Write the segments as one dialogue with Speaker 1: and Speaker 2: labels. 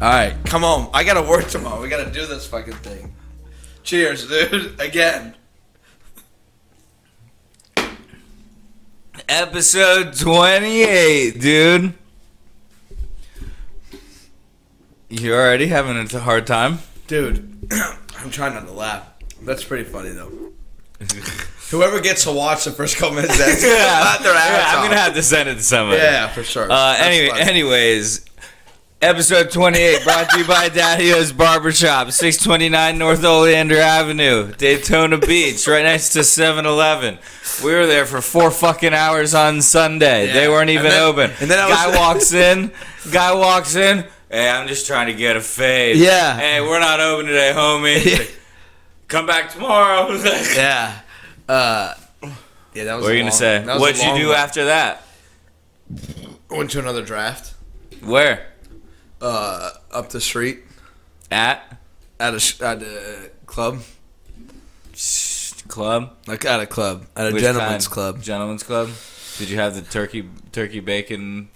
Speaker 1: right, come on. I gotta work tomorrow. We gotta do this fucking thing. Cheers, dude. Again.
Speaker 2: Episode 28, dude. You're already having a hard time.
Speaker 1: Dude, I'm trying not to laugh. That's pretty funny though. Whoever gets to watch the first couple minutes, that's gonna laugh their
Speaker 2: Yeah,
Speaker 1: ass
Speaker 2: I'm gonna
Speaker 1: off.
Speaker 2: have to send it to somebody.
Speaker 1: Yeah, for sure.
Speaker 2: Uh,
Speaker 1: That's
Speaker 2: anyway,
Speaker 1: fine.
Speaker 2: anyways, episode 28 brought to you by Daddy's Barbershop, 629 North Oleander Avenue, Daytona Beach, right next to 7-Eleven. We were there for four fucking hours on Sunday.
Speaker 1: Yeah.
Speaker 2: They weren't
Speaker 1: And
Speaker 2: even
Speaker 1: then-
Speaker 2: open.
Speaker 1: and then I
Speaker 2: guy
Speaker 1: was-
Speaker 2: walks in. Guy walks in. Hey, I'm just trying to get a fade.
Speaker 1: Yeah.
Speaker 2: Hey, we're not open today, homie.
Speaker 1: Yeah.
Speaker 2: Come back tomorrow. what
Speaker 1: Yeah. Uh, yeah, that was.
Speaker 2: were
Speaker 1: a
Speaker 2: you gonna
Speaker 1: long-
Speaker 2: say?
Speaker 1: that was a
Speaker 2: What'd you
Speaker 1: long
Speaker 2: do
Speaker 1: one.
Speaker 2: after that?
Speaker 1: Went to another draft
Speaker 2: Where?
Speaker 1: uh, up the street
Speaker 2: At
Speaker 1: at a sh- at a club,
Speaker 2: club.
Speaker 1: like at a club, at a
Speaker 2: Which
Speaker 1: gentleman's
Speaker 2: kind?
Speaker 1: club.
Speaker 2: Gentleman's club. Did you have the turkey turkey bacon?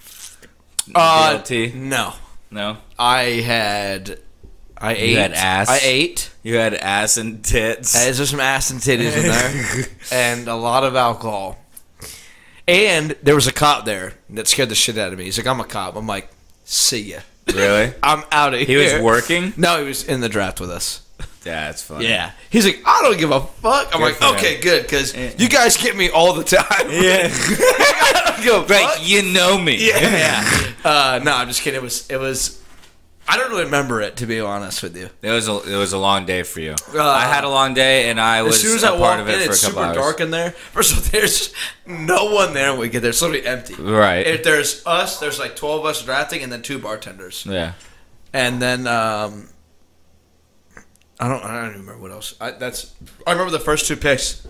Speaker 1: Uh,
Speaker 2: BLT?
Speaker 1: no,
Speaker 2: No.
Speaker 1: I had. I ate.
Speaker 2: had ass?
Speaker 1: I ate.
Speaker 2: You had ass and tits.
Speaker 1: Uh, there's some ass and titties in there, and a lot of alcohol. And there was a cop there that scared the shit out of me. He's like, "I'm a cop." I'm like, "See ya.
Speaker 2: really?
Speaker 1: I'm out of
Speaker 2: He
Speaker 1: here."
Speaker 2: was working.
Speaker 1: No, he was in the draft with us.
Speaker 2: That's funny.
Speaker 1: Yeah. He's like, I don't give a fuck. I'm like,
Speaker 2: for him.
Speaker 1: okay, good, because you guys get me all the time.
Speaker 2: Yeah.
Speaker 1: I don't give a
Speaker 2: Right.
Speaker 1: fuck.
Speaker 2: You know me.
Speaker 1: Yeah. uh, no, I'm just kidding. It was, it was, I don't really remember it, to be honest with you.
Speaker 2: It was a it was a long day for you. I had a long day, and I
Speaker 1: Uh,
Speaker 2: was
Speaker 1: As soon as
Speaker 2: a
Speaker 1: I
Speaker 2: part
Speaker 1: walked
Speaker 2: of
Speaker 1: in,
Speaker 2: it for
Speaker 1: it's
Speaker 2: a couple
Speaker 1: super
Speaker 2: hours.
Speaker 1: dark in there. First of all, there's no one there when we get there. It's literally empty.
Speaker 2: Right.
Speaker 1: If there's us, there's like 12 of us drafting and then two bartenders.
Speaker 2: Yeah.
Speaker 1: And then, um, I don't, I don't even remember what else. I, that's, I remember the first two picks.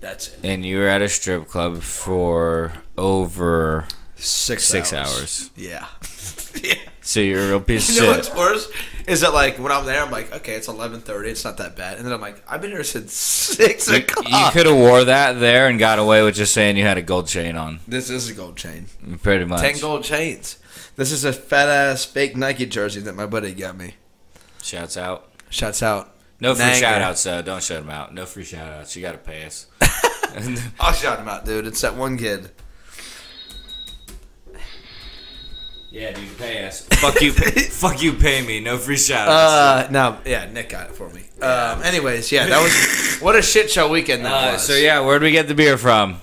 Speaker 1: That's it.
Speaker 2: And you were at a strip club for over
Speaker 1: Six,
Speaker 2: six hours.
Speaker 1: Yeah. yeah.
Speaker 2: So you're a real piece
Speaker 1: You know
Speaker 2: of
Speaker 1: what's
Speaker 2: shit.
Speaker 1: worse is that like when I'm there, I'm like, okay, it's 11:30, it's not that bad, and then I'm like, I've been here since six
Speaker 2: You,
Speaker 1: o'clock.
Speaker 2: could have wore that there and got away with just saying you had a gold chain on.
Speaker 1: this is a gold chain,
Speaker 2: Pretty much.
Speaker 1: ten gold chains. This is a fat ass fake Nike jersey that my buddy got me.
Speaker 2: Shouts out.
Speaker 1: Shouts out.
Speaker 2: No free
Speaker 1: Nanger.
Speaker 2: shout outs though. Don't shut them out. No free shout outs. You gotta pay us.
Speaker 1: I'll shout him out, dude. It's that one kid.
Speaker 2: yeah, dude, pay us. Fuck you. fuck you. Pay me. No free shout outs.
Speaker 1: Uh, no, yeah, Nick got it for me. Um, anyways, yeah, that was what a shit show weekend that was.
Speaker 2: Uh, so yeah, where'd we get the beer from?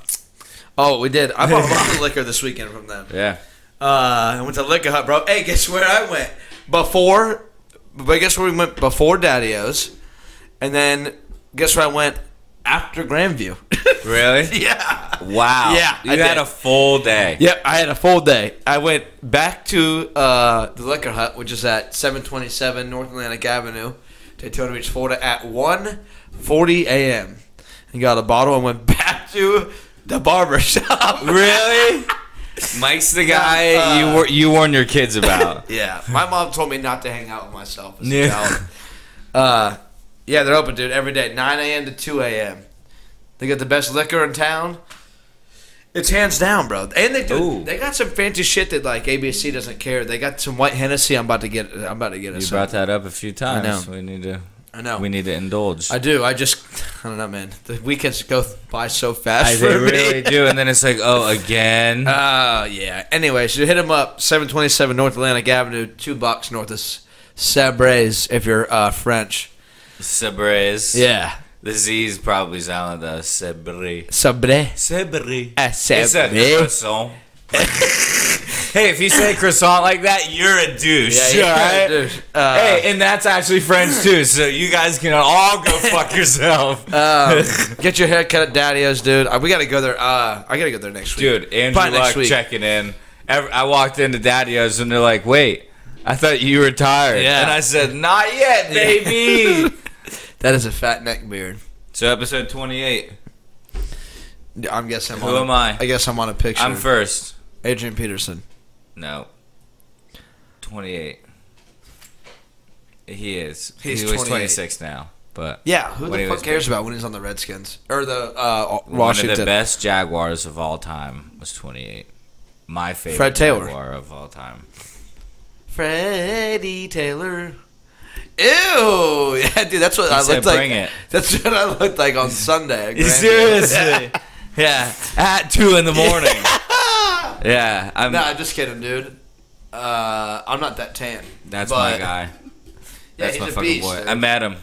Speaker 1: Oh, we did. I bought a lot of liquor this weekend from them.
Speaker 2: Yeah.
Speaker 1: Uh, I went to Liquor Hut, bro. Hey, guess where I went? Before, but guess where we went before Daddy O's, and then guess where I went after Grandview.
Speaker 2: Really?
Speaker 1: yeah.
Speaker 2: Wow.
Speaker 1: Yeah,
Speaker 2: You
Speaker 1: I
Speaker 2: had
Speaker 1: did.
Speaker 2: a full day.
Speaker 1: Yep, I had a full day. I went back to uh, the Liquor Hut, which is at 727 North Atlantic Avenue, Daytona Beach, Florida, at 1.40 a.m. And got a bottle and went back to the barber shop.
Speaker 2: Really? Mike's the guy
Speaker 1: Uh,
Speaker 2: you wor- you warned your kids about.
Speaker 1: Yeah, my mom told me not to hang out with myself. As
Speaker 2: Yeah.
Speaker 1: a child. Uh, yeah, they're open, dude, every day, 9 a.m. to 2 a.m. They got the best liquor in town. It's hands down, bro. And they do.
Speaker 2: Ooh.
Speaker 1: They got some fancy shit that like ABC doesn't care. They got some white Hennessy. I'm about to get. I'm about to get
Speaker 2: you
Speaker 1: us.
Speaker 2: brought that up a few times.
Speaker 1: know.
Speaker 2: We need to.
Speaker 1: I know.
Speaker 2: We need to indulge.
Speaker 1: I do. I just. I don't know, man. The weekends go by so fast
Speaker 2: I
Speaker 1: for
Speaker 2: they
Speaker 1: me.
Speaker 2: really do, and then it's like, oh, again.
Speaker 1: Uh, yeah. Anyway, so hit him up, 727 North Atlantic Avenue, two bucks north of S- Sabres if you're uh, French.
Speaker 2: Sabres.
Speaker 1: Yeah.
Speaker 2: The Z's probably sound like the Sabri.
Speaker 1: Sabre.
Speaker 2: Sabri.
Speaker 1: A
Speaker 2: It's a
Speaker 1: sabre.
Speaker 2: croissant. hey, if you say croissant like that, you're a douche.
Speaker 1: Yeah, you're a
Speaker 2: alright?
Speaker 1: douche. Uh,
Speaker 2: hey, and that's actually French too, so you guys can all go fuck yourself.
Speaker 1: Um, get your hair cut at Daddy-O's, dude. Uh, we gotta go there. Uh, I gotta go there next week,
Speaker 2: Dude, Andrew
Speaker 1: Probably
Speaker 2: Luck checking in. Ev- I walked into Daddy O's and they're like, wait, I thought you were tired.
Speaker 1: Yeah.
Speaker 2: And I said, not yet, baby.
Speaker 1: That is a fat neck beard.
Speaker 2: so, episode 28.
Speaker 1: I'm guessing. I'm
Speaker 2: Who
Speaker 1: on
Speaker 2: am
Speaker 1: a-
Speaker 2: I?
Speaker 1: I guess I'm on a picture.
Speaker 2: I'm first.
Speaker 1: Adrian Peterson.
Speaker 2: No. 28. He is.
Speaker 1: He's
Speaker 2: he was
Speaker 1: 28.
Speaker 2: 26 now. But
Speaker 1: Yeah, who
Speaker 2: When he
Speaker 1: the fuck
Speaker 2: was-
Speaker 1: cares about when he's on the Redskins or the uh,
Speaker 2: one of the
Speaker 1: Washington?
Speaker 2: best Jaguars of all time was 28. My favorite
Speaker 1: Fred Taylor.
Speaker 2: Jaguar of all time.
Speaker 1: Freddie Taylor. Ew, yeah, dude, that's what I
Speaker 2: said
Speaker 1: looked like.
Speaker 2: bring it.
Speaker 1: That's what I looked like on Sunday. at Grammy.
Speaker 2: Seriously. yeah. At two in the morning. yeah. I'm
Speaker 1: Nah, just kidding, dude. Uh, I'm not that tan.
Speaker 2: that's
Speaker 1: But-
Speaker 2: my guy.
Speaker 1: Yeah,
Speaker 2: That's
Speaker 1: he's
Speaker 2: my
Speaker 1: a
Speaker 2: fucking
Speaker 1: beast,
Speaker 2: boy.
Speaker 1: dude.
Speaker 2: I met him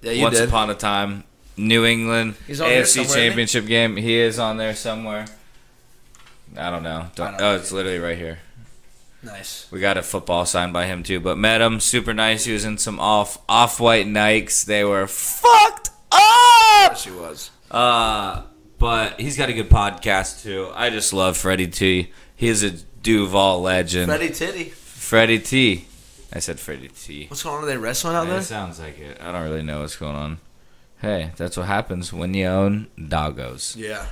Speaker 1: yeah, you
Speaker 2: once
Speaker 1: did.
Speaker 2: upon a time. New England
Speaker 3: He's on there
Speaker 2: AFC
Speaker 3: somewhere, isn't he?
Speaker 2: Championship game. He is on there somewhere. I don't know. Don't-
Speaker 3: know.
Speaker 2: oh, it's literally right here.
Speaker 3: Nice.
Speaker 2: We got a football signed by him too, but met him. Super nice. He was in some off off white Nikes. They were fucked up.
Speaker 1: Yes, he was.
Speaker 2: Uh, but he's got a good podcast too. I just love Freddie T. He is a Duval legend.
Speaker 1: Freddie Titty.
Speaker 2: Freddie T. I said Freddie T.
Speaker 1: What's going on? Are they wrestling out
Speaker 2: That
Speaker 1: there?
Speaker 2: sounds like it. I don't really know what's going on. Hey, that's what happens when you own doggos.
Speaker 1: Yeah.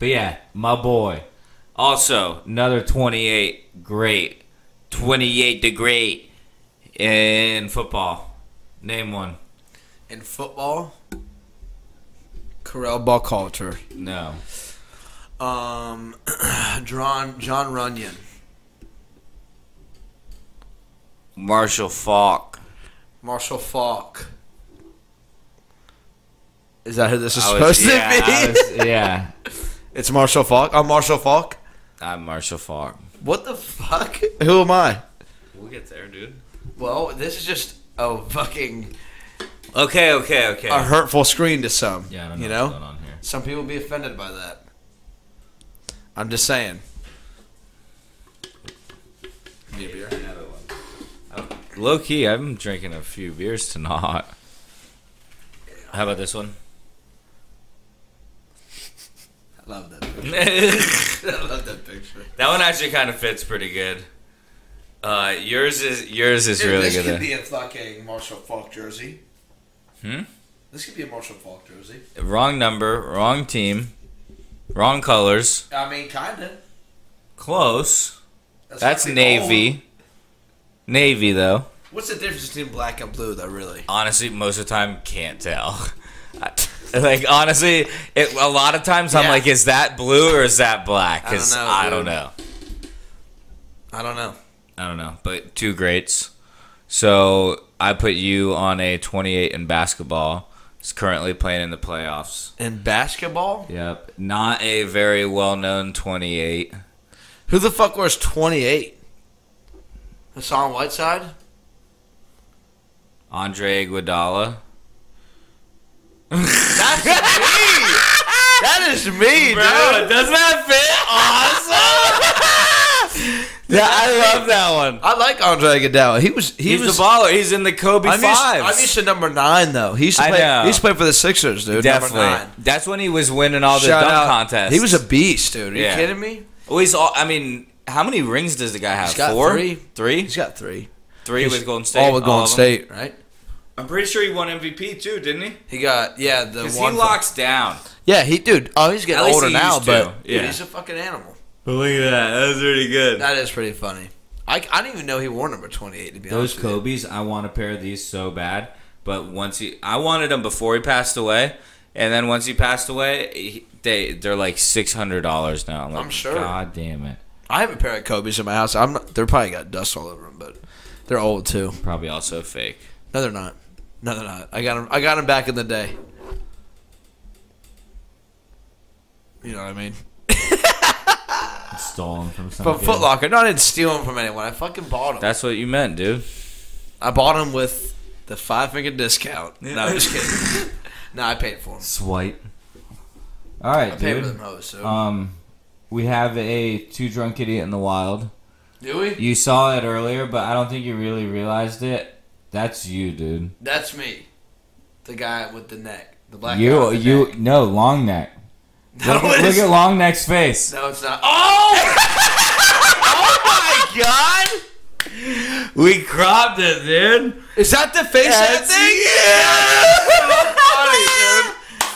Speaker 2: But yeah, my boy. Also, another 28 great. 28 to great in football. Name one.
Speaker 1: In football, Corral Ball Culture.
Speaker 2: No.
Speaker 1: Um, John John Runyon.
Speaker 2: Marshall Falk.
Speaker 1: Marshall Falk. Is that who this is
Speaker 2: I
Speaker 1: supposed
Speaker 2: was- yeah, I
Speaker 1: to be?
Speaker 2: was- yeah.
Speaker 1: it's Marshall Falk. I'm Marshall Falk.
Speaker 2: I'm Marshall Falk.
Speaker 1: What the fuck? Who am I?
Speaker 2: We'll get there, dude.
Speaker 1: Well, this is just a fucking
Speaker 2: Okay, okay, okay.
Speaker 1: a hurtful screen to some.
Speaker 2: yeah, I don't know
Speaker 1: you
Speaker 2: what's
Speaker 1: know,
Speaker 2: going on here.
Speaker 1: some people be offended by that. I'm just saying. Need a beer?
Speaker 2: Low key, I'm drinking a few beers tonight. How about this one?
Speaker 1: I love that. Picture.
Speaker 2: that
Speaker 1: I love that picture.
Speaker 2: one actually kind of fits pretty good. Uh, yours is yours is
Speaker 1: Dude,
Speaker 2: really
Speaker 1: this
Speaker 2: good. eh?
Speaker 1: could
Speaker 2: though.
Speaker 1: be a fucking Marshall Falk jersey.
Speaker 2: Hmm?
Speaker 1: This could be a Marshall Falk jersey.
Speaker 2: Wrong number, wrong team, wrong colors.
Speaker 1: I mean, kinda.
Speaker 2: Close. That's
Speaker 1: gotta be
Speaker 2: navy.
Speaker 1: old.
Speaker 2: Navy though.
Speaker 1: What's the difference between black and blue, though? Really?
Speaker 2: Honestly, most of the time can't tell. I- like honestly, it, a lot of times I'm
Speaker 1: Yeah.
Speaker 2: like, is that blue or is that black?
Speaker 1: I don't
Speaker 2: Because
Speaker 1: know,
Speaker 2: I, don't
Speaker 1: dude.
Speaker 2: know.
Speaker 1: I don't know.
Speaker 2: I don't know. But two greats. So I put you on a 28 in basketball. He's currently playing in the playoffs.
Speaker 1: In basketball,
Speaker 2: Yep. Not a very well known 28.
Speaker 1: who the fuck wears twenty eight? Hassan Whiteside.
Speaker 2: Andre Iguodala.
Speaker 1: That's me. that is me, dude.
Speaker 2: does that fit? Awesome. yeah, I love that one.
Speaker 1: I like Andre Iguodala. He was he
Speaker 2: He's
Speaker 1: was.
Speaker 2: the baller. He's in the Kobe
Speaker 1: I'm used,
Speaker 2: fives.
Speaker 1: I'm used to number nine though. He used to
Speaker 2: I
Speaker 1: play.
Speaker 2: know.
Speaker 1: He used to play for the Sixers, dude. Number nine.
Speaker 2: Definitely. That's when he was winning all the
Speaker 1: Shout
Speaker 2: dunk
Speaker 1: out.
Speaker 2: contests.
Speaker 1: He was a beast, dude. Are you
Speaker 2: Yeah.
Speaker 1: kidding me?
Speaker 2: Well, he's all. I mean, how many rings does the guy have?
Speaker 1: He's got
Speaker 2: Four,
Speaker 1: three.
Speaker 2: three,
Speaker 1: He's got three.
Speaker 2: three
Speaker 1: He's
Speaker 2: with Golden State.
Speaker 1: All with Golden
Speaker 2: of them.
Speaker 1: State, right?
Speaker 2: I'm pretty sure he won MVP too, didn't he?
Speaker 1: He got yeah the
Speaker 2: Because he
Speaker 1: one.
Speaker 2: locks down.
Speaker 1: yeah, he dude. Oh, he's
Speaker 2: At
Speaker 1: getting
Speaker 2: least
Speaker 1: older
Speaker 2: he
Speaker 1: now,
Speaker 2: used to.
Speaker 1: but dude,
Speaker 2: Yeah.
Speaker 1: he's a fucking animal.
Speaker 2: Look at that. That was pretty good.
Speaker 1: That is pretty funny. I, I didn't even know he wore number twenty eight. To be
Speaker 2: Those
Speaker 1: honest, with you.
Speaker 2: Kobe's, I want a pair of these so bad. But once he, I wanted them before he passed away, and then once he passed away, he, they they're like six hundred dollars now. I'm, like,
Speaker 1: I'm sure.
Speaker 2: God damn it.
Speaker 1: I have a pair of Kobe's in my house. I'm not, they're probably got dust all over them, but they're old too.
Speaker 2: Probably also fake.
Speaker 1: No, they're not. No, they're not. I got them. I got them back in the day. You know what I mean?
Speaker 2: Stolen from
Speaker 1: From Foot Locker. No, I didn't steal them from anyone. I fucking bought them.
Speaker 2: That's what you meant, dude.
Speaker 1: I bought them with the five finger discount. No, I'm just kidding. no, I paid for them.
Speaker 2: Swipe. All right,
Speaker 1: I paid for them hoes. So.
Speaker 2: Um, we have a two drunk idiot in the wild.
Speaker 1: Do we?
Speaker 2: You saw it earlier, but I don't think you really realized it. That's you, dude.
Speaker 1: That's me. The guy with the neck. The black guy
Speaker 2: you,
Speaker 1: with the
Speaker 2: you,
Speaker 1: neck.
Speaker 2: no long neck.
Speaker 1: No,
Speaker 2: Look, at-
Speaker 1: it
Speaker 2: look
Speaker 1: is-
Speaker 2: at long neck's face.
Speaker 1: No, it's not. Oh! oh my god!
Speaker 2: We cropped it, dude.
Speaker 1: Is that the face
Speaker 2: That's-
Speaker 1: that thing?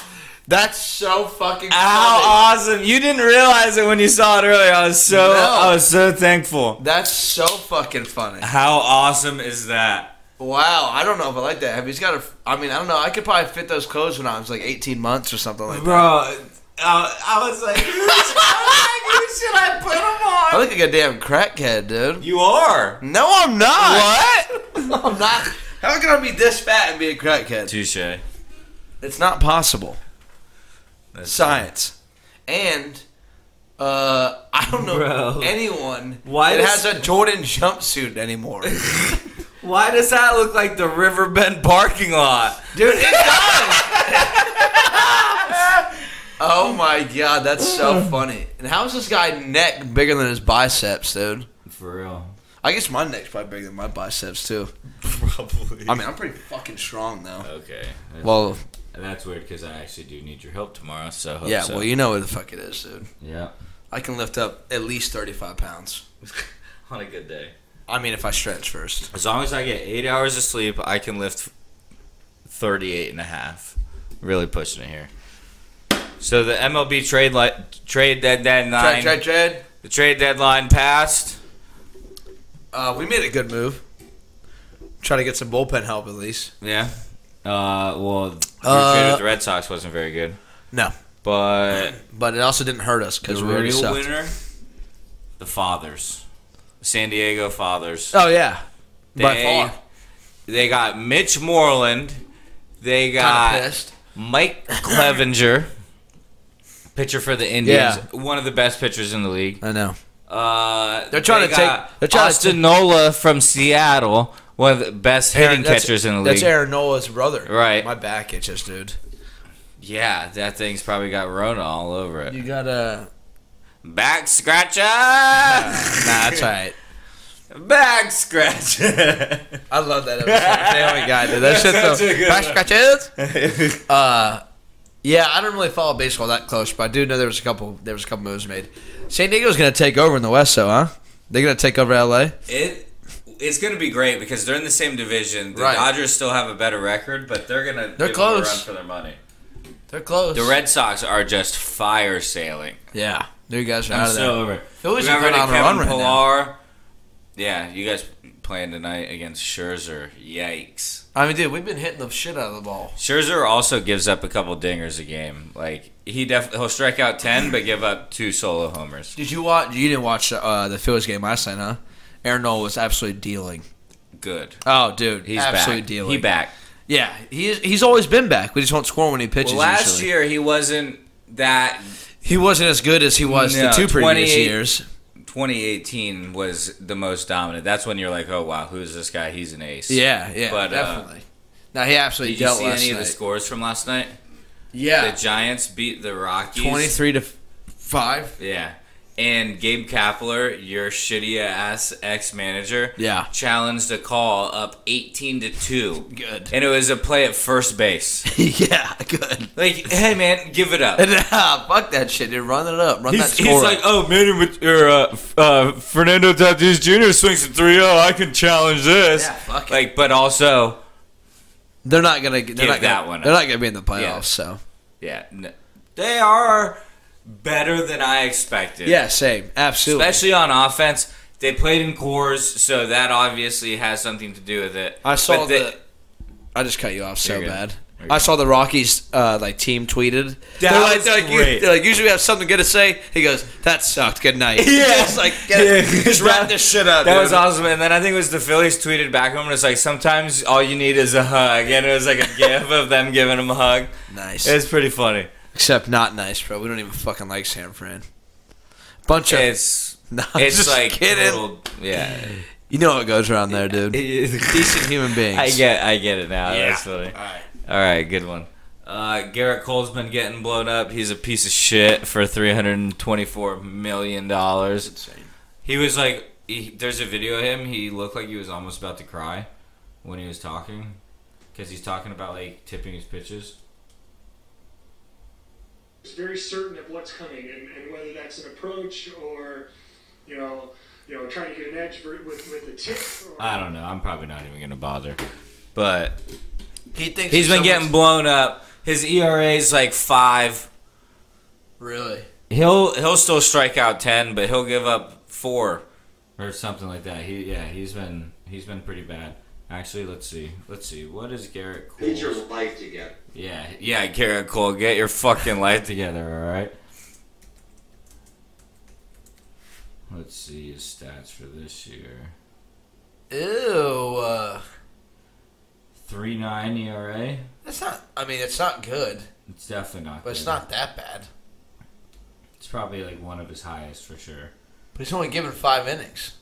Speaker 1: That's so fucking
Speaker 2: How
Speaker 1: funny.
Speaker 2: awesome! You didn't realize it when you saw it earlier. I was so,
Speaker 1: No.
Speaker 2: I was so thankful.
Speaker 1: That's so fucking funny.
Speaker 2: How awesome is that?
Speaker 1: Wow, I don't know if I like that. Have he's got a? I mean, I don't know. I could probably fit those clothes when I was like 18 months or something like that.
Speaker 2: Bro, Uh, I was like, who should I put him
Speaker 1: I look like a damn crackhead, dude.
Speaker 2: You are.
Speaker 1: No, I'm not.
Speaker 2: What?
Speaker 1: No, I'm not. How can I be this fat and be a crackhead?
Speaker 2: Touche.
Speaker 1: It's not possible.
Speaker 2: That's-
Speaker 1: Science. And uh, I don't know
Speaker 2: Bro.
Speaker 1: anyone
Speaker 2: Why
Speaker 1: that
Speaker 2: does-
Speaker 1: has a Jordan jumpsuit anymore. Dude,
Speaker 2: Why does that look like the Riverbend parking lot?
Speaker 1: it does. oh my god, that's so funny. And how is this guy neck bigger than his biceps, dude?
Speaker 2: For real.
Speaker 1: I guess my neck's probably bigger than my biceps too.
Speaker 2: Probably.
Speaker 1: I mean, I'm pretty fucking strong though.
Speaker 2: okay.
Speaker 1: Well,
Speaker 2: And that's weird because I actually do need your help tomorrow. So I hope
Speaker 1: yeah,
Speaker 2: so.
Speaker 1: well, you know what the fuck it is, dude.
Speaker 2: yeah.
Speaker 1: I can lift up at least 35 pounds.
Speaker 2: On a good day.
Speaker 1: I mean, if I stretch first.
Speaker 2: As long as I get eight hours of sleep, I can lift 38 and a half. Really pushing it here. So the MLB trade li- trade dead
Speaker 1: Tread,
Speaker 2: deadline
Speaker 1: tread, tread.
Speaker 2: the trade deadline passed.
Speaker 1: Uh, we made a good move. Try to get some bullpen help at least.
Speaker 2: Yeah. Uh, well, the
Speaker 1: Uh,
Speaker 2: trade with the Red Sox wasn't very good,
Speaker 1: No,
Speaker 2: but
Speaker 1: but it also didn't hurt us because
Speaker 2: the
Speaker 1: we already
Speaker 2: real
Speaker 1: sucked.
Speaker 2: winner, the Fathers, San Diego Fathers.
Speaker 1: Oh yeah, by
Speaker 2: They-
Speaker 1: far.
Speaker 2: They got Mitch Moreland. They
Speaker 1: Kind of
Speaker 2: got
Speaker 1: pissed.
Speaker 2: Mike Clevenger, pitcher for the Indians,
Speaker 1: Yeah.
Speaker 2: one of the best pitchers in the league.
Speaker 1: I know.
Speaker 2: Uh,
Speaker 1: They're trying
Speaker 2: they
Speaker 1: to
Speaker 2: got
Speaker 1: take- they're trying to
Speaker 2: Austin Nola from Seattle, one of the best hitting
Speaker 1: that's-
Speaker 2: catchers in the league.
Speaker 1: That's Aaron Nola's brother.
Speaker 2: Right.
Speaker 1: My back itches, dude.
Speaker 2: Yeah, that thing's probably got Rona all over it.
Speaker 1: You gotta.
Speaker 2: Back scratcher,
Speaker 1: Nah, that's all right.
Speaker 2: back scratcher.
Speaker 1: I love that episode. Family Guy, dude. That shit's
Speaker 2: That's
Speaker 1: so.
Speaker 2: a good
Speaker 1: Back
Speaker 2: one.
Speaker 1: scratches. Uh, yeah, I don't really follow baseball that close, but I do know there was a couple. There was a couple moves made. San Diego's gonna take over in the West, though, huh? They're gonna take over LA.
Speaker 2: It it's gonna be great because they're in the same division. The
Speaker 1: Right.
Speaker 2: Dodgers still have a better record, but they're gonna
Speaker 1: They're
Speaker 2: give them a
Speaker 1: close.
Speaker 2: run for their money.
Speaker 1: They're close.
Speaker 2: The Red Sox are just fire sailing.
Speaker 1: Yeah, you guys are
Speaker 2: I'm
Speaker 1: out of
Speaker 2: so
Speaker 1: there.
Speaker 2: over. it.
Speaker 1: Phillies
Speaker 2: We got
Speaker 1: are
Speaker 2: rid
Speaker 1: going on
Speaker 2: of
Speaker 1: a
Speaker 2: Kevin
Speaker 1: run right
Speaker 2: Pillar. Yeah, you guys playing tonight against Scherzer. Yikes.
Speaker 1: I mean, dude, we've been hitting the shit out of the ball.
Speaker 2: Scherzer also gives up a couple dingers a game. Like he def- he'll strike out ten, but give up two solo homers.
Speaker 1: Did you watch? You didn't watch uh, the Phillies game last night, huh? Aaron Nola was absolutely dealing.
Speaker 2: Good.
Speaker 1: Oh, dude,
Speaker 2: He's
Speaker 1: absolutely
Speaker 2: back.
Speaker 1: dealing.
Speaker 2: He back.
Speaker 1: Yeah, he's he's always been back. We just won't score when he pitches.
Speaker 2: Well, last
Speaker 1: usually.
Speaker 2: year he wasn't that
Speaker 1: he wasn't as good as he was
Speaker 2: No,
Speaker 1: the two previous
Speaker 2: 28
Speaker 1: years.
Speaker 2: 2018 was the most dominant. That's when you're like, oh wow, who's this guy? He's an ace.
Speaker 1: Yeah, yeah,
Speaker 2: But, uh,
Speaker 1: definitely. now he absolutely
Speaker 2: Did you
Speaker 1: dealt
Speaker 2: see
Speaker 1: last
Speaker 2: any of the
Speaker 1: night.
Speaker 2: scores from last night?
Speaker 1: yeah,
Speaker 2: The Giants beat the Rockies.
Speaker 1: twenty-three to f- five.
Speaker 2: Yeah. And Gabe Kapler, your shitty ass ex manager,
Speaker 1: Yeah.
Speaker 2: challenged a call up 18 to two,
Speaker 1: Good.
Speaker 2: and it was a play at first base.
Speaker 1: yeah, good.
Speaker 2: Like, hey man, give it up.
Speaker 1: Nah, fuck that shit, dude. Run it up. Run that
Speaker 2: He's,
Speaker 1: score.
Speaker 2: he's
Speaker 1: up.
Speaker 2: like, oh, Manning with or uh, f- uh, Fernando Tatis Jr. swings at 3-0. I can challenge this.
Speaker 1: Yeah, fuck it.
Speaker 2: like, but also,
Speaker 1: They're not gonna. They're
Speaker 2: Give
Speaker 1: not
Speaker 2: that
Speaker 1: gonna,
Speaker 2: one
Speaker 1: They're
Speaker 2: up.
Speaker 1: not gonna be in the playoffs.
Speaker 2: Yeah.
Speaker 1: So
Speaker 2: Yeah, n they are better than I expected.
Speaker 1: yeah, same. Absolutely.
Speaker 2: especially on offense. They played in cores, so that obviously has something to do with it.
Speaker 1: I saw
Speaker 2: But they-
Speaker 1: the. I just cut you off so
Speaker 2: You're good.
Speaker 1: bad.
Speaker 2: You're
Speaker 1: I saw the Rockies uh, like team tweeted.
Speaker 2: That
Speaker 1: they're like,
Speaker 2: was
Speaker 1: they're like, you-
Speaker 2: great.
Speaker 1: they're like, usually we have something good to say. He goes, "That sucked. Good night."
Speaker 2: Yeah.
Speaker 1: just like get-
Speaker 2: Yeah.
Speaker 1: just wrap this shit up.
Speaker 2: That
Speaker 1: dude.
Speaker 2: was awesome, and then I think it was the Phillies tweeted back him and it's like sometimes all you need is a hug, and it was like a gif of them giving him a hug.
Speaker 1: nice.
Speaker 2: It was pretty funny.
Speaker 1: Except not nice, bro. We don't even fucking like San Fran. Bunch of
Speaker 2: It's
Speaker 1: No, I'm
Speaker 2: it's
Speaker 1: just
Speaker 2: like
Speaker 1: kidding.
Speaker 2: little- yeah.
Speaker 1: you know what goes around there, dude. Decent human beings.
Speaker 2: I get I get it now.
Speaker 1: Yeah.
Speaker 2: That's funny.
Speaker 1: All right.
Speaker 2: All right, good one. Uh, Garrett Cole's been getting blown up. He's a piece of shit for three hundred and twenty-four million dollars. He was like, he, there's a video of him. He looked like he was almost about to cry when he was talking, because he's talking about like tipping his pitches.
Speaker 3: is very certain of what's coming and, and whether that's an approach or you know you know trying to get an edge for, with with the tip or
Speaker 2: I don't know. I'm probably not even gonna bother. But
Speaker 1: He thinks
Speaker 2: he's been getting blown up. His E ERA's like five.
Speaker 1: really.
Speaker 2: He'll he'll still strike out ten, but he'll give up four or something like that. He yeah, he's been he's been pretty bad. Actually, let's see. Let's see. What is Garrett
Speaker 4: Get your
Speaker 2: Cole's?
Speaker 4: life together.
Speaker 2: Yeah, yeah, Garrett Cole, get your fucking life together, all right? Let's see his stats for this year.
Speaker 1: Ew. Uh,
Speaker 2: Three nine ERA.
Speaker 1: that's not. I mean, it's not good,
Speaker 2: It's definitely not.
Speaker 1: but it's
Speaker 2: good.
Speaker 1: not that bad.
Speaker 2: It's probably like one of his highest for sure.
Speaker 1: But he's only given five innings.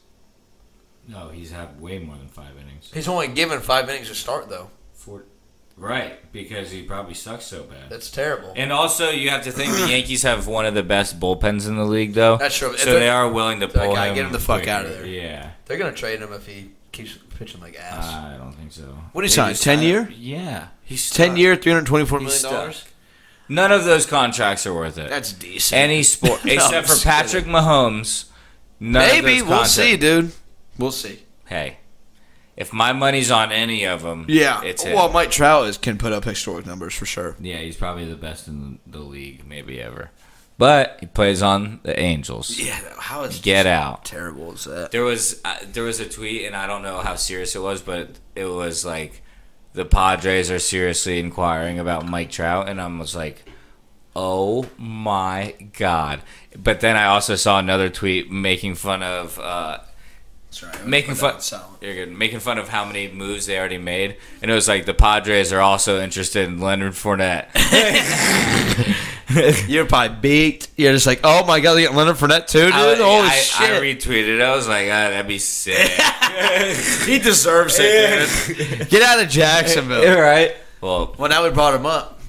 Speaker 2: No, he's had way more than five innings.
Speaker 1: He's only given five innings to start, though.
Speaker 2: Four. Right, because he probably sucks so bad.
Speaker 1: That's terrible.
Speaker 2: And also, you have to think the Yankees have one of the best bullpens in the league, though.
Speaker 1: That's true. If
Speaker 2: So
Speaker 1: they're-
Speaker 2: they are willing to
Speaker 1: They're like,
Speaker 2: pull
Speaker 1: "Ah,
Speaker 2: him.
Speaker 1: get him the fuck
Speaker 2: quicker."
Speaker 1: out of there.
Speaker 2: Yeah,
Speaker 1: They're gonna trade him if he keeps pitching like ass.
Speaker 2: I don't think so.
Speaker 1: what did
Speaker 2: They
Speaker 1: he sign?
Speaker 2: just
Speaker 1: Ten
Speaker 2: had-
Speaker 1: year?
Speaker 2: Yeah, he's
Speaker 1: Ten year, three hundred twenty-four
Speaker 2: He's
Speaker 1: million dollars.
Speaker 2: stuck. None of those contracts are worth it.
Speaker 1: That's decent.
Speaker 2: Any sport
Speaker 1: No, I'm
Speaker 2: except
Speaker 1: just
Speaker 2: for Patrick Mahomes. None of
Speaker 1: Maybe
Speaker 2: those
Speaker 1: we'll
Speaker 2: contracts-
Speaker 1: see, dude. We'll see.
Speaker 2: Hey, if my money's on any of them,
Speaker 1: Yeah.
Speaker 2: it's him.
Speaker 1: well, Mike Trout is, can put up historic numbers for sure.
Speaker 2: Yeah, he's probably the best in the league, maybe ever. But he plays on the Angels.
Speaker 1: Yeah. How is
Speaker 2: Get out.
Speaker 1: terrible is that?
Speaker 2: There was uh, there was a tweet, and I don't know how serious it was, but it was like the Padres are seriously inquiring about Mike Trout, and I was like, oh my god. But then I also saw another tweet making fun of. Uh,
Speaker 1: Sorry, I'm
Speaker 2: making
Speaker 1: putting
Speaker 2: fun.
Speaker 1: that on silent.
Speaker 2: You're good. Making fun of how many moves they already made, and it was like the Padres are also interested in Leonard Fournette.
Speaker 1: You're probably beat. You're just like, oh my god, they got Leonard Fournette too, dude.
Speaker 2: I,
Speaker 1: Holy
Speaker 2: I-
Speaker 1: shit,
Speaker 2: I retweeted. I was like, ah, that'd be sick.
Speaker 1: he deserves it. dude. Get out of Jacksonville.
Speaker 2: right. Well,
Speaker 1: Well, now we brought him up.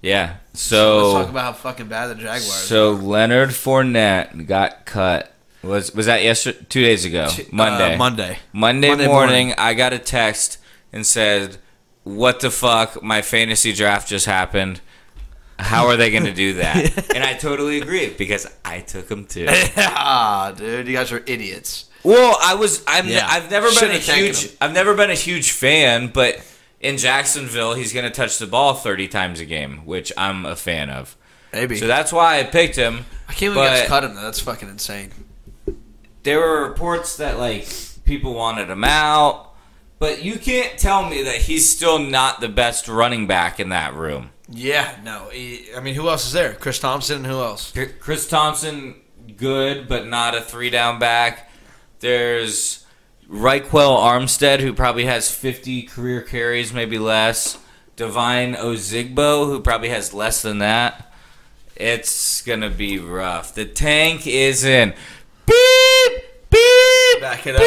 Speaker 2: yeah.
Speaker 1: Let's talk
Speaker 2: So,
Speaker 1: about how fucking bad the Jaguars.
Speaker 2: so Leonard Fournette got cut. Was was that yesterday? Two days ago,
Speaker 1: T-
Speaker 2: Monday.
Speaker 1: uh, Monday.
Speaker 2: Monday
Speaker 1: Monday
Speaker 2: morning,
Speaker 1: morning.
Speaker 2: I got a text and said, "What the fuck? My fantasy draft just happened. How are they going to do that?" and I totally agree because I took him too.
Speaker 1: ah, dude, you guys are idiots.
Speaker 2: Well, I was. I'm.
Speaker 1: Yeah.
Speaker 2: I've never
Speaker 1: Should've
Speaker 2: been a
Speaker 1: taken
Speaker 2: huge.
Speaker 1: him.
Speaker 2: I've never been a huge fan, but in Jacksonville, he's going to touch the ball thirty times a game, which I'm a fan of.
Speaker 1: Maybe.
Speaker 2: So that's why I picked him.
Speaker 1: I can't believe you guys
Speaker 2: but-
Speaker 1: cut him. Though. That's fucking insane.
Speaker 2: There were reports that like people wanted him out, but you can't tell me that he's still not the best running back in that room.
Speaker 1: Yeah, no. he- I mean, who else is there? Chris Thompson and who else?
Speaker 2: Chr- Chris Thompson, good, but not a three down back. There's Reichwell Armstead, who probably has 50 career carries, maybe less. Divine Ozigbo, who probably has less than that. It's going to be rough. The tank is in. Beep! Beep!
Speaker 1: Back it up.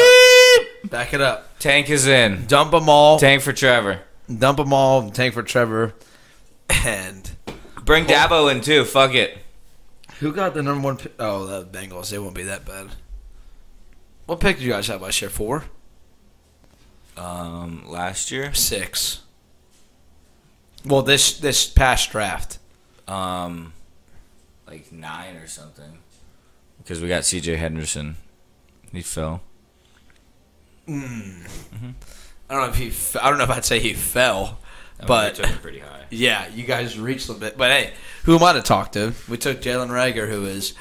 Speaker 2: Beep!
Speaker 1: Back it up.
Speaker 2: Tank is in.
Speaker 1: Dump them all.
Speaker 2: Tank for Trevor.
Speaker 1: dump them all. Tank for Trevor. And
Speaker 2: Bring Dabo in too. Fuck it.
Speaker 1: who got the number one? Pick? Oh, the Bengals. They won't be that bad. What pick did you guys have last year? Four,
Speaker 2: Um, last year,
Speaker 1: six. Well, this this past draft.
Speaker 2: um, like nine or something. Because we got C.J. Henderson. He fell.
Speaker 1: I don't know if he. F- I don't know if I'd say he fell, but
Speaker 2: pretty high.
Speaker 1: yeah, you guys reached a bit. But hey, who am I to talk to? We took Jalen Rager, who is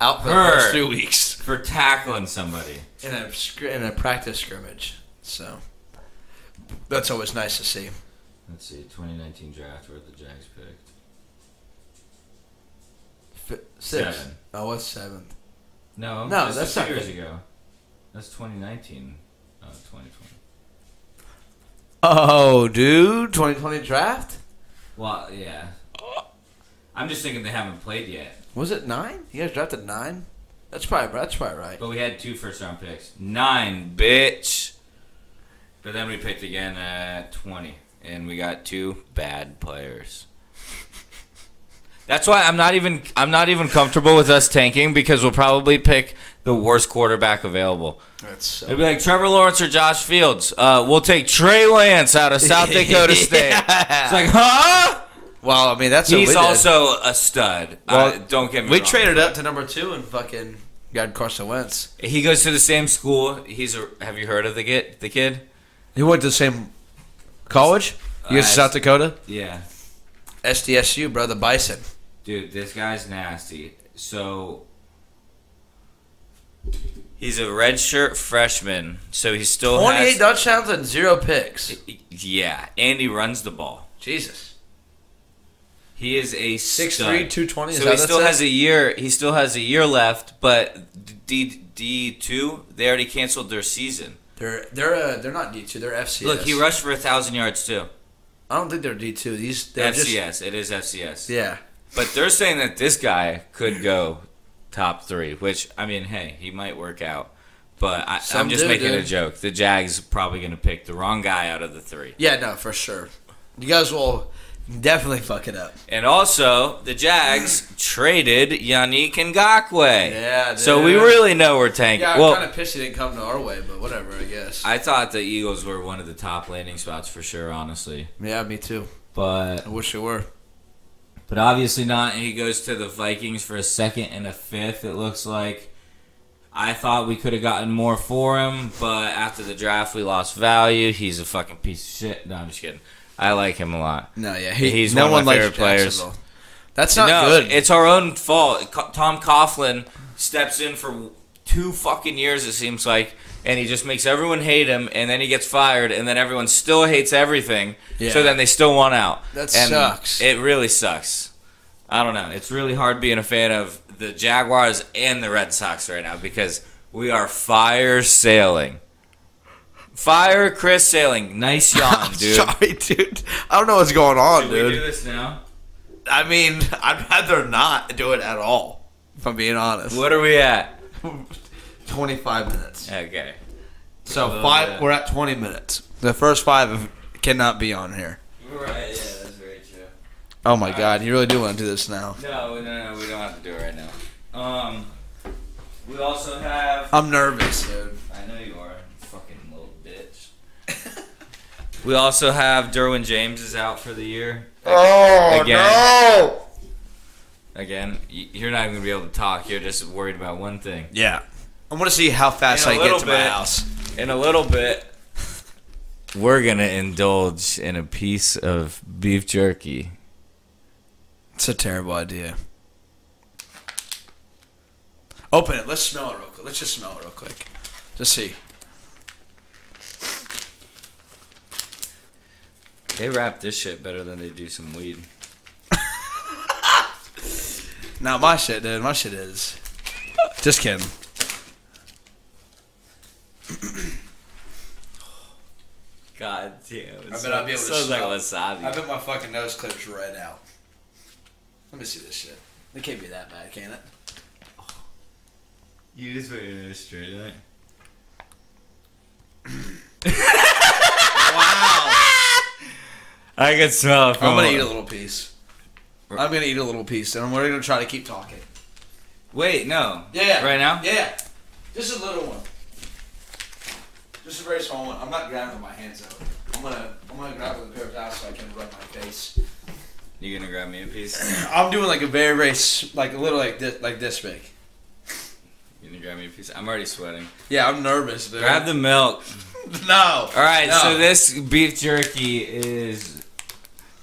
Speaker 1: out for the
Speaker 2: Hurt.
Speaker 1: first two weeks
Speaker 2: For tackling somebody.
Speaker 1: in a scr- in a practice scrimmage. So that's always nice to see.
Speaker 2: Let's see, 2019 draft where the Jags picked.
Speaker 1: F- six.
Speaker 2: Seven.
Speaker 1: Oh, what's seventh?
Speaker 2: No,
Speaker 1: No,
Speaker 2: just
Speaker 1: that's
Speaker 2: a
Speaker 1: not
Speaker 2: few years
Speaker 1: good.
Speaker 2: ago. That's 2019. Uh, 2020.
Speaker 1: Oh, dude, 2020 draft.
Speaker 2: Well, yeah. I'm just thinking they haven't played yet.
Speaker 1: Was it nine? You guys drafted nine. That's probably that's probably right.
Speaker 2: But we had two first round picks. Nine, bitch. But then we picked again at 20. And we got two bad players. That's why I'm not even I'm not even comfortable with us tanking because we'll probably pick the worst quarterback available.
Speaker 1: That's
Speaker 2: It'd
Speaker 1: so.
Speaker 2: be like Trevor Lawrence or Josh Fields. Uh, we'll take Trey Lance out of South Dakota State. It's like, huh?
Speaker 1: Well, I mean, that's what we
Speaker 2: He's
Speaker 1: did.
Speaker 2: also a stud.
Speaker 1: Well,
Speaker 2: Uh, don't get me
Speaker 1: We
Speaker 2: wrong.
Speaker 1: traded up to number two and fucking got Carson Wentz.
Speaker 2: He goes to the same school. He's a. Have you heard of the kid? The kid?
Speaker 1: He went to the same college. You guys,
Speaker 2: Uh,
Speaker 1: South Dakota.
Speaker 2: Yeah.
Speaker 1: SDSU, bro, the Bison.
Speaker 2: Dude, this guy's nasty. So He's a redshirt freshman, so he still
Speaker 1: 28
Speaker 2: has.
Speaker 1: touchdowns and zero picks.
Speaker 2: Yeah, and he runs the ball.
Speaker 1: Jesus.
Speaker 2: He is a
Speaker 1: Six
Speaker 2: stud.
Speaker 1: three, two twenty.
Speaker 2: So he still has a year. He still has a year left, but D D two they already canceled their season.
Speaker 1: They're they're uh, they're not D two. They're FCS.
Speaker 2: Look, he rushed for a thousand yards too.
Speaker 1: I don't think they're D two. These they're
Speaker 2: FCS,
Speaker 1: just
Speaker 2: it is FCS.
Speaker 1: yeah.
Speaker 2: But they're saying that this guy could go top three, which I mean, hey, he might work out. But I,
Speaker 1: Some
Speaker 2: I'm just
Speaker 1: do,
Speaker 2: making a
Speaker 1: dude.
Speaker 2: joke. The Jags probably going to pick the wrong guy out of the three.
Speaker 1: Yeah, no, for sure. You guys will definitely fuck it up.
Speaker 2: And also, the Jags traded Yannick Ngakwe.
Speaker 1: Yeah,
Speaker 2: So we
Speaker 1: dude.
Speaker 2: really know we're tanking.
Speaker 1: Yeah, I'm
Speaker 2: well,
Speaker 1: kind of pissed he didn't come to our way, but whatever, I guess.
Speaker 2: I thought the Eagles were one of the top landing spots for sure, honestly.
Speaker 1: yeah, me too.
Speaker 2: But
Speaker 1: I wish it were.
Speaker 2: but obviously not. And he goes to the Vikings for a second and a fifth. It looks like. I thought we could have gotten more for him, but after the draft, we lost value. He's a fucking piece of shit. No, I'm just kidding. I like him a lot.
Speaker 1: No, yeah, he,
Speaker 2: He's
Speaker 1: no
Speaker 2: one of my
Speaker 1: likes
Speaker 2: favorite players.
Speaker 1: Jacksonville. That's not
Speaker 2: no,
Speaker 1: good.
Speaker 2: It's our own fault. Co- Tom Coughlin steps in for two fucking years, it seems like, and he just makes everyone hate him, and then he gets fired, and then everyone still hates everything.
Speaker 1: Yeah.
Speaker 2: So then they still want out.
Speaker 1: That
Speaker 2: And
Speaker 1: sucks.
Speaker 2: It really sucks. I don't know. It's really hard being a fan of the Jaguars and the Red Sox right now because we are fire sailing. Fire Chris sailing. Nice yawn,
Speaker 1: I'm
Speaker 2: dude.
Speaker 1: sorry, dude. I don't know what's going on,
Speaker 2: Should
Speaker 1: dude.
Speaker 2: we do this now?
Speaker 1: I mean, I'd rather not do it at all. If I'm being honest.
Speaker 2: What are we at?
Speaker 1: 25 minutes.
Speaker 2: Okay.
Speaker 1: So
Speaker 2: Oh,
Speaker 1: five.
Speaker 2: yeah.
Speaker 1: We're at 20 minutes. The first five of- cannot be on here.
Speaker 2: Right, yeah, that's very true.
Speaker 1: Oh my God! You really do want to do this now?
Speaker 2: No, no, no, we don't have to do it right now. Um, we also have.
Speaker 1: I'm nervous, dude.
Speaker 2: I know you are, fucking little bitch. we also have Derwin James is out for the year.
Speaker 1: Oh
Speaker 2: Again.
Speaker 1: no!
Speaker 2: Again, y- you're not even gonna be able to talk. You're just worried about one thing.
Speaker 1: Yeah. I'm gonna see how fast
Speaker 2: In a
Speaker 1: I get
Speaker 2: little
Speaker 1: to my
Speaker 2: bit.
Speaker 1: house.
Speaker 2: In a little bit, we're gonna indulge in a piece of beef jerky.
Speaker 1: It's a terrible idea. Open it. Let's smell it real quick. Let's just smell it real quick. Just see.
Speaker 2: They wrap this shit better than they do some weed.
Speaker 1: Now my shit, dude. My shit is. Just kidding.
Speaker 2: God damn! I
Speaker 1: bet I'll be able to smell it.
Speaker 2: wasabi.
Speaker 1: I bet my fucking nose clip's red out. Let me see this shit. It can't be that bad, can it?
Speaker 2: You just put your nose straight in it. wow. I can smell it from
Speaker 1: I'm gonna
Speaker 2: a-
Speaker 1: eat a little piece. I'm gonna eat a little piece, and we're gonna try to keep talking.
Speaker 2: Wait, no.
Speaker 1: Yeah.
Speaker 2: Right now?
Speaker 1: Yeah. Just a little one. Just a very small one. I'm not grabbing with my hands out. I'm gonna I'm gonna grab with a pair of towels so I can rub my face.
Speaker 2: You gonna grab me a piece?
Speaker 1: I'm doing like a very very s- like a little like this like this big.
Speaker 2: You gonna grab me a piece? I'm already sweating.
Speaker 1: Yeah, I'm nervous. Dude.
Speaker 2: Grab the milk.
Speaker 1: no.
Speaker 2: All right,
Speaker 1: No.
Speaker 2: so this beef jerky is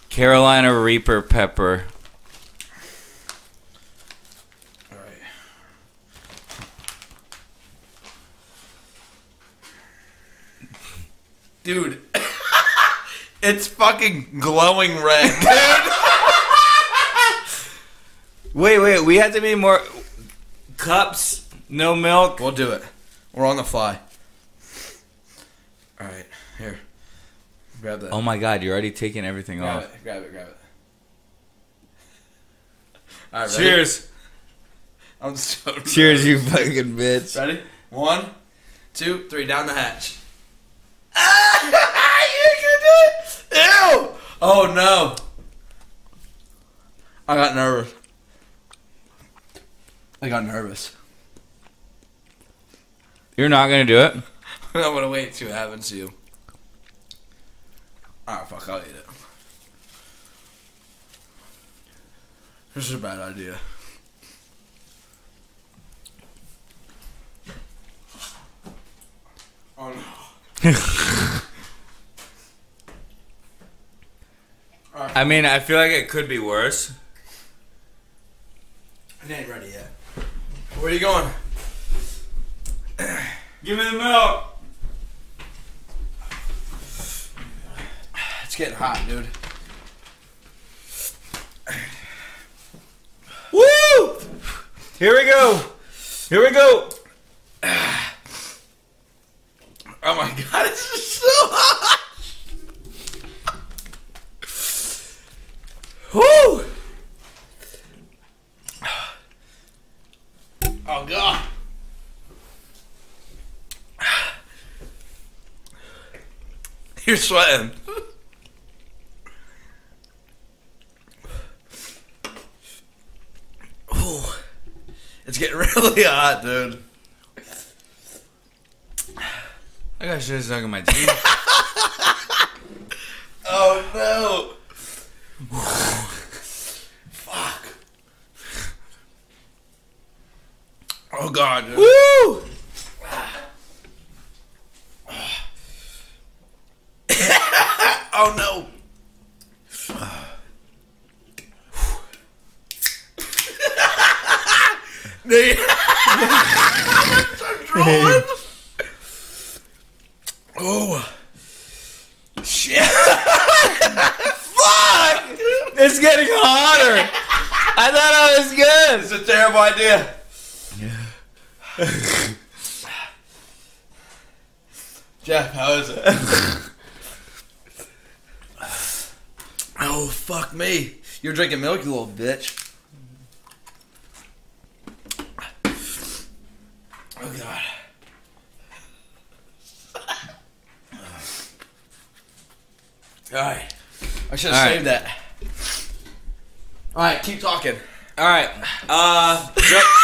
Speaker 2: Carolina Reaper pepper.
Speaker 1: All right. Dude, it's fucking glowing red.
Speaker 2: Wait, wait, we have to be more cups, no milk.
Speaker 1: we'll do it. We're on the fly. All right, here. Grab that.
Speaker 2: Oh my god, you're already taking everything
Speaker 1: grab
Speaker 2: off.
Speaker 1: it. Grab it. Grab it. All right. ready?
Speaker 2: Cheers.
Speaker 1: I'm so nervous.
Speaker 2: Cheers, you fucking bitch.
Speaker 1: Ready? One, two, three, down the hatch. Ah, you can do it! Ew! Oh no. I got nervous. I got nervous.
Speaker 2: You're not gonna do it?
Speaker 1: I'm gonna wait to happen to you. Alright, Ah, fuck, I'll eat it. This is a bad idea. Oh no.
Speaker 2: I mean, I feel like it could be worse.
Speaker 1: It ain't ready yet. Where are you going?
Speaker 2: Give me the milk.
Speaker 1: It's getting hot, dude.
Speaker 2: Woo! Here we go. Here we go.
Speaker 1: Oh my god, this is so hot! Woo! Oh god. You're sweating. Ooh. It's getting really hot, dude.
Speaker 2: I got shit stuck in my teeth.
Speaker 1: Oh no! Fuck! Oh god! dude.
Speaker 2: Woo!
Speaker 1: Oh no! Nate- I'm drawing. Oh shit! Fuck!
Speaker 2: It's getting hotter. I thought I was good.
Speaker 1: It's a terrible idea. Jeff, how is it? oh, fuck me. You're drinking milk, you little bitch. Oh, God. All right. I should have
Speaker 2: All right.
Speaker 1: saved that. All right, keep talking.
Speaker 2: All right. Uh. ju-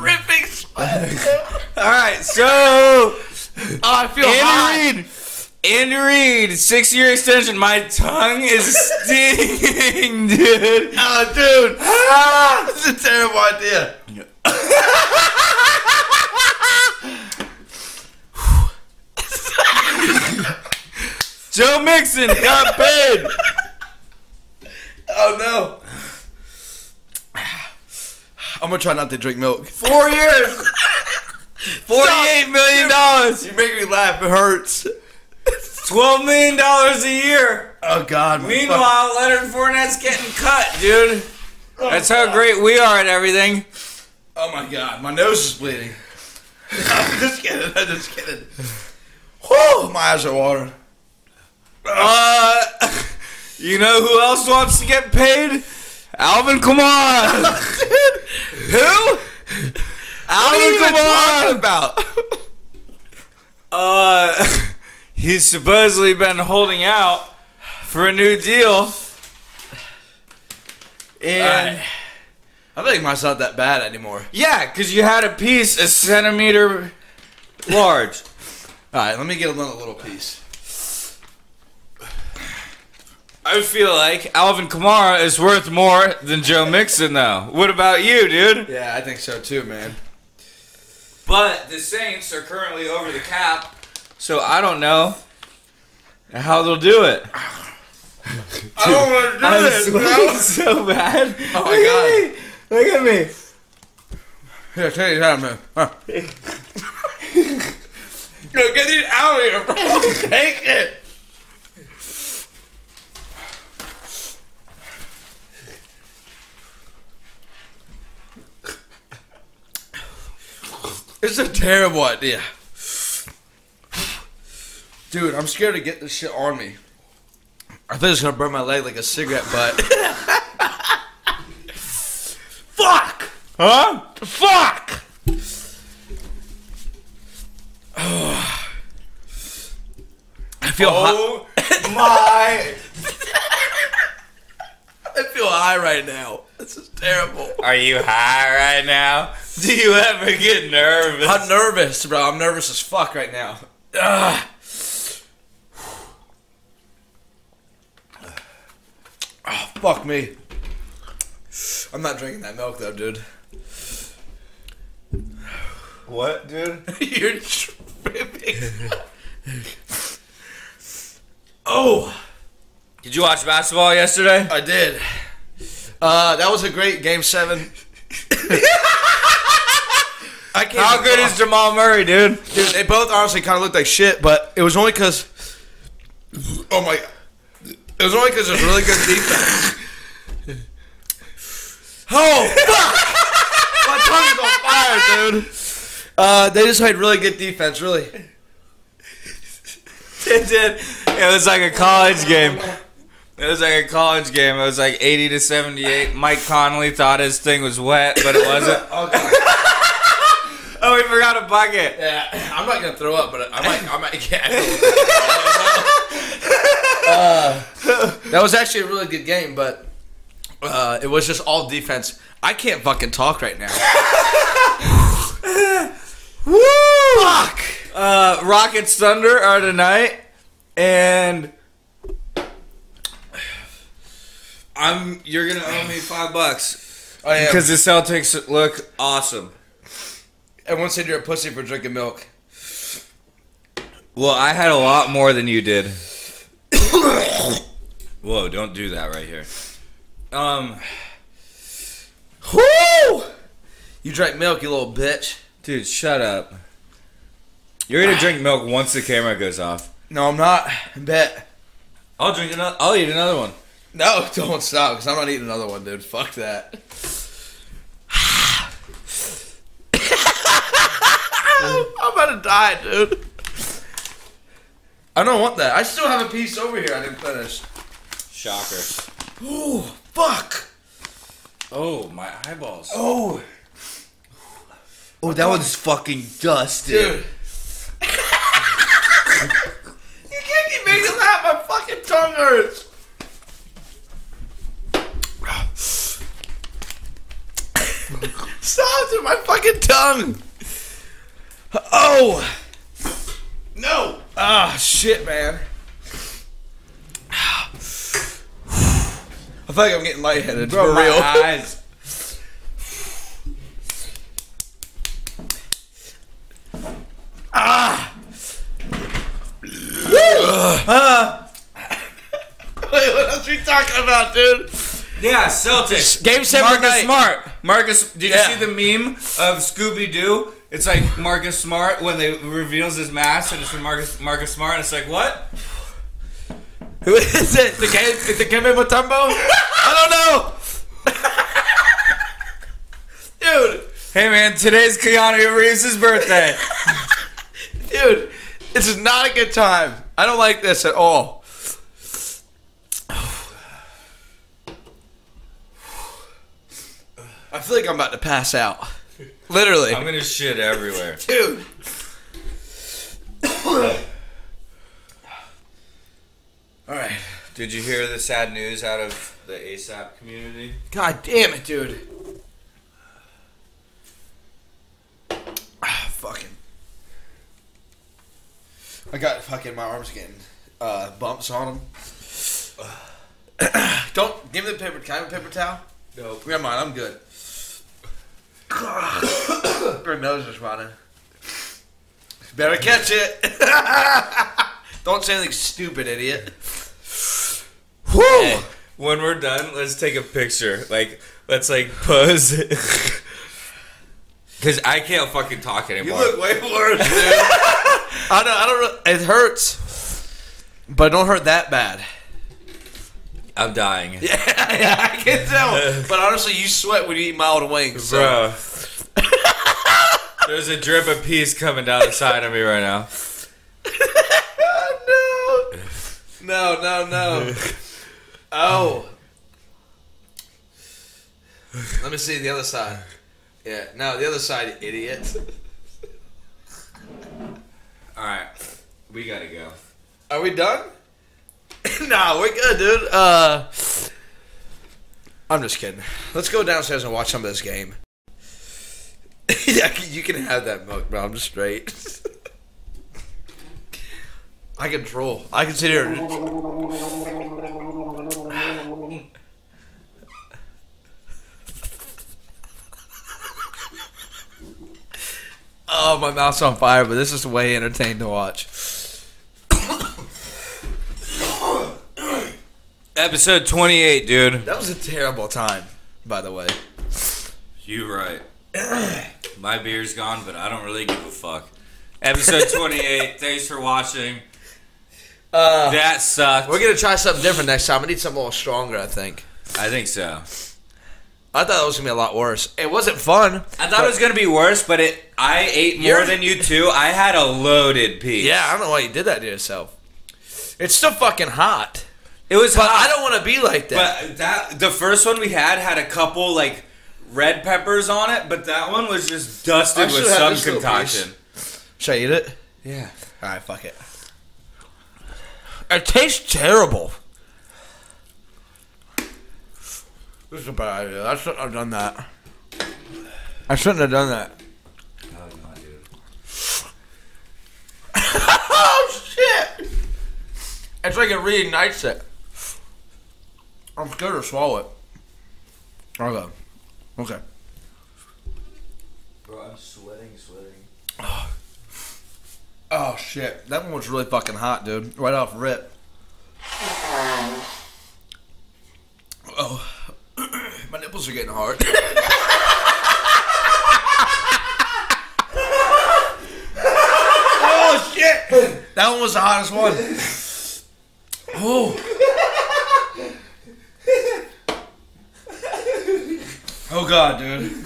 Speaker 1: Ripping
Speaker 2: all right. So
Speaker 1: Oh, I feel
Speaker 2: Andy Reid. Andy Reid, six-year extension. My tongue is stinging, dude.
Speaker 1: Oh, dude,
Speaker 2: Ah!
Speaker 1: that's a terrible idea.
Speaker 2: Joe Mixon got paid.
Speaker 1: Oh no. I'm gonna try not to drink milk.
Speaker 2: Four years. Forty-eight million dollars.
Speaker 1: You make me laugh. It hurts.
Speaker 2: Twelve million dollars a year.
Speaker 1: Oh God. my fuck-
Speaker 2: Meanwhile, Leonard Fournette's getting cut, dude. That's how great we are at everything.
Speaker 1: Oh my God. My nose is bleeding. I'm just kidding. I'm just kidding. Whew, my eyes are watering.
Speaker 2: Uh, you know who else wants to get paid? Alvin Kamara. who? Alvin
Speaker 1: even talking
Speaker 2: Kamara. About. uh, he's supposedly been holding out for a new deal. And
Speaker 1: Alright. I think mine's not that bad anymore.
Speaker 2: yeah, because you had a piece a centimeter large.
Speaker 1: All right, let me get another little piece.
Speaker 2: I feel like Alvin Kamara is worth more than Joe Mixon, though. What about you, dude?
Speaker 1: Yeah, I think so too, man.
Speaker 2: But the Saints are currently over the cap, so I don't know how they'll do it.
Speaker 1: I don't want to do this, bro.
Speaker 2: so bad.
Speaker 1: Oh my
Speaker 2: god! Look at me.
Speaker 1: Here, take your time, man. Huh. Yo, get these out of here, bro. Take it. It's a terrible idea. Dude, I'm scared to get this shit on me. I think it's gonna burn my leg like a cigarette butt. Fuck!
Speaker 2: Huh?
Speaker 1: Fuck! I feel hot.
Speaker 2: Oh my!
Speaker 1: I feel high right now. This is terrible.
Speaker 2: Are you high right now? Do you ever get nervous?
Speaker 1: I'm nervous, bro. I'm nervous as fuck right now. Ugh. Oh, fuck me. I'm not drinking that milk though, dude.
Speaker 2: What, dude?
Speaker 1: You're tripping. oh.
Speaker 2: Did you watch basketball yesterday?
Speaker 1: I did. Uh, that was a great game seven. I I can't.
Speaker 2: How good is Jamal Murray, dude?
Speaker 1: Dude, they both honestly kind of looked like shit, but it was only because. Oh my! It was only because it was really good defense. oh fuck! my tongue's on fire, dude. Uh, they just played really good defense, really.
Speaker 2: It did. It was like a college game. It was like a college game. It was like 80 to 78. Mike Connolly thought his thing was wet, but it wasn't. oh, we forgot a bucket.
Speaker 1: Yeah, I'm not gonna throw up, but I might. I might. Yeah. Uh, that was actually a really good game, but uh, it was just all defense. I can't fucking talk right now.
Speaker 2: Woo! Fuck! Uh, Rockets Thunder are tonight, and I'm you're gonna owe me five bucks
Speaker 1: I am.
Speaker 2: because the Celtics look awesome.
Speaker 1: Everyone said you're a pussy for drinking milk.
Speaker 2: Well, I had a lot more than you did. Whoa, don't do that right here. Um,
Speaker 1: Whoo! You drank milk, you little bitch.
Speaker 2: dude, shut up. You're gonna drink milk once the camera goes off.
Speaker 1: No, I'm not. I bet.
Speaker 2: I'll drink another. I'll eat another one.
Speaker 1: No, don't stop, because I'm not eating another one, dude. Fuck that. I'm about to die, dude. I don't want that. I still have a piece over here I didn't finish.
Speaker 2: Shocker.
Speaker 1: Ooh, fuck.
Speaker 2: Oh, my eyeballs.
Speaker 1: Oh,
Speaker 2: Oh, that one's fucking dusted.
Speaker 1: dude. you can't keep making that. My fucking tongue hurts. Stop dude, my fucking tongue. Oh. No. Ah, shit, man. I feel like I'm getting lightheaded. for
Speaker 2: my
Speaker 1: real.
Speaker 2: eyes.
Speaker 1: Wait, what else are we talking about, dude?
Speaker 2: Yeah, Celtics.
Speaker 1: Game seven
Speaker 2: Marcus
Speaker 1: tonight.
Speaker 2: Smart. Marcus, did
Speaker 1: Yeah.
Speaker 2: you see the meme of Scooby Doo? It's like Marcus Smart when they reveals his mask, and it's from Marcus Marcus Smart. And it's like what?
Speaker 1: Who is it? The game? The Kevin Mutombo? I don't know.
Speaker 2: Hey man, today's Keanu Reeves' birthday.
Speaker 1: dude, dude, this is not a good time. I don't like this at all. I feel like I'm about to pass out. Literally,
Speaker 2: I'm gonna shit everywhere.
Speaker 1: dude. all right.
Speaker 2: Did you hear the sad news out of the ASAP community?
Speaker 1: God damn it, dude. Ah, fucking. I got fucking my arms getting uh, bumps on them. Don't give me the paper. Can I have a paper towel?
Speaker 2: No.
Speaker 1: Never mind. I'm good. Your nose is running. Better catch it. Don't say anything stupid, idiot. Whoo!
Speaker 2: When we're done, let's take a picture. Like, let's like pose. Cause I can't fucking talk
Speaker 1: You
Speaker 2: anymore.
Speaker 1: look way worse, dude. I don't. I don't. Really, it hurts, but it don't hurt that bad.
Speaker 2: I'm dying.
Speaker 1: Yeah, I can tell. But honestly, you sweat when you eat mild wings. So.
Speaker 2: Bro. There's a drip of peas coming down the side of me right now.
Speaker 1: Oh, no, no, no, no. Oh. Let me see the other side. Yeah, no, the other side, you idiot.
Speaker 2: Alright. We gotta go.
Speaker 1: Are we done? nah, we're good, dude. Uh, I'm just kidding. Let's go downstairs and watch some of this game. yeah, you can have that milk, bro. I'm straight. I can troll. I can sit here. And... oh, my mouth's on fire, but this is way entertaining to watch.
Speaker 2: Episode 28, dude.
Speaker 1: That was a terrible time, by the way.
Speaker 2: You right. My beer's gone, but I don't really give a fuck. Episode 28. Thanks for watching.
Speaker 1: Uh,
Speaker 2: That sucked.
Speaker 1: we're gonna try something different next time. I need something a little stronger. I think.
Speaker 2: I think so.
Speaker 1: I thought it was gonna be a lot worse. It wasn't fun.
Speaker 2: I thought it was gonna be worse, but it. I ate more
Speaker 1: You're-
Speaker 2: than you two. I had a loaded piece.
Speaker 1: Yeah, I don't know why you did that to yourself. It's still fucking hot.
Speaker 2: it was.
Speaker 1: But
Speaker 2: hot.
Speaker 1: I don't want to be like that.
Speaker 2: But that the first one we had had a couple like red peppers on it, but that one was just
Speaker 1: I
Speaker 2: dusted
Speaker 1: should
Speaker 2: with
Speaker 1: have
Speaker 2: some
Speaker 1: this little
Speaker 2: concoction.
Speaker 1: Should I eat it?
Speaker 2: Yeah.
Speaker 1: All right, fuck it. It tastes terrible. This is a bad idea. I shouldn't have done that. I shouldn't have done that. Oh shit! It's like it reignites it. I'm scared to swallow it. Okay. Okay.
Speaker 2: Bro, I'm sweating, sweating.
Speaker 1: Oh shit! That one was really fucking hot, dude. Right off rip. Oh, my nipples are getting hard. oh shit! That one was the hottest one. Oh. Oh god, dude.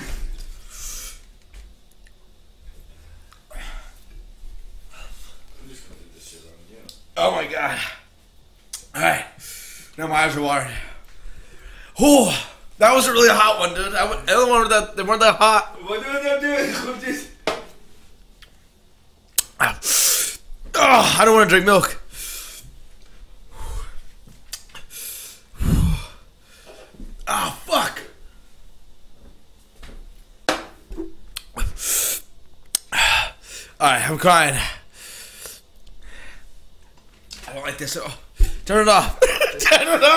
Speaker 1: Oh my god. Alright. Now my eyes are watering. Whew. That was a really hot one, dude. I w- the other one were that they weren't that hot.
Speaker 2: What do they do? I'm just-
Speaker 1: Ah. Oh, I don't want to drink milk. Oh fuck. Alright, I'm crying. I don't like this at all. Turn it off. Turn it off.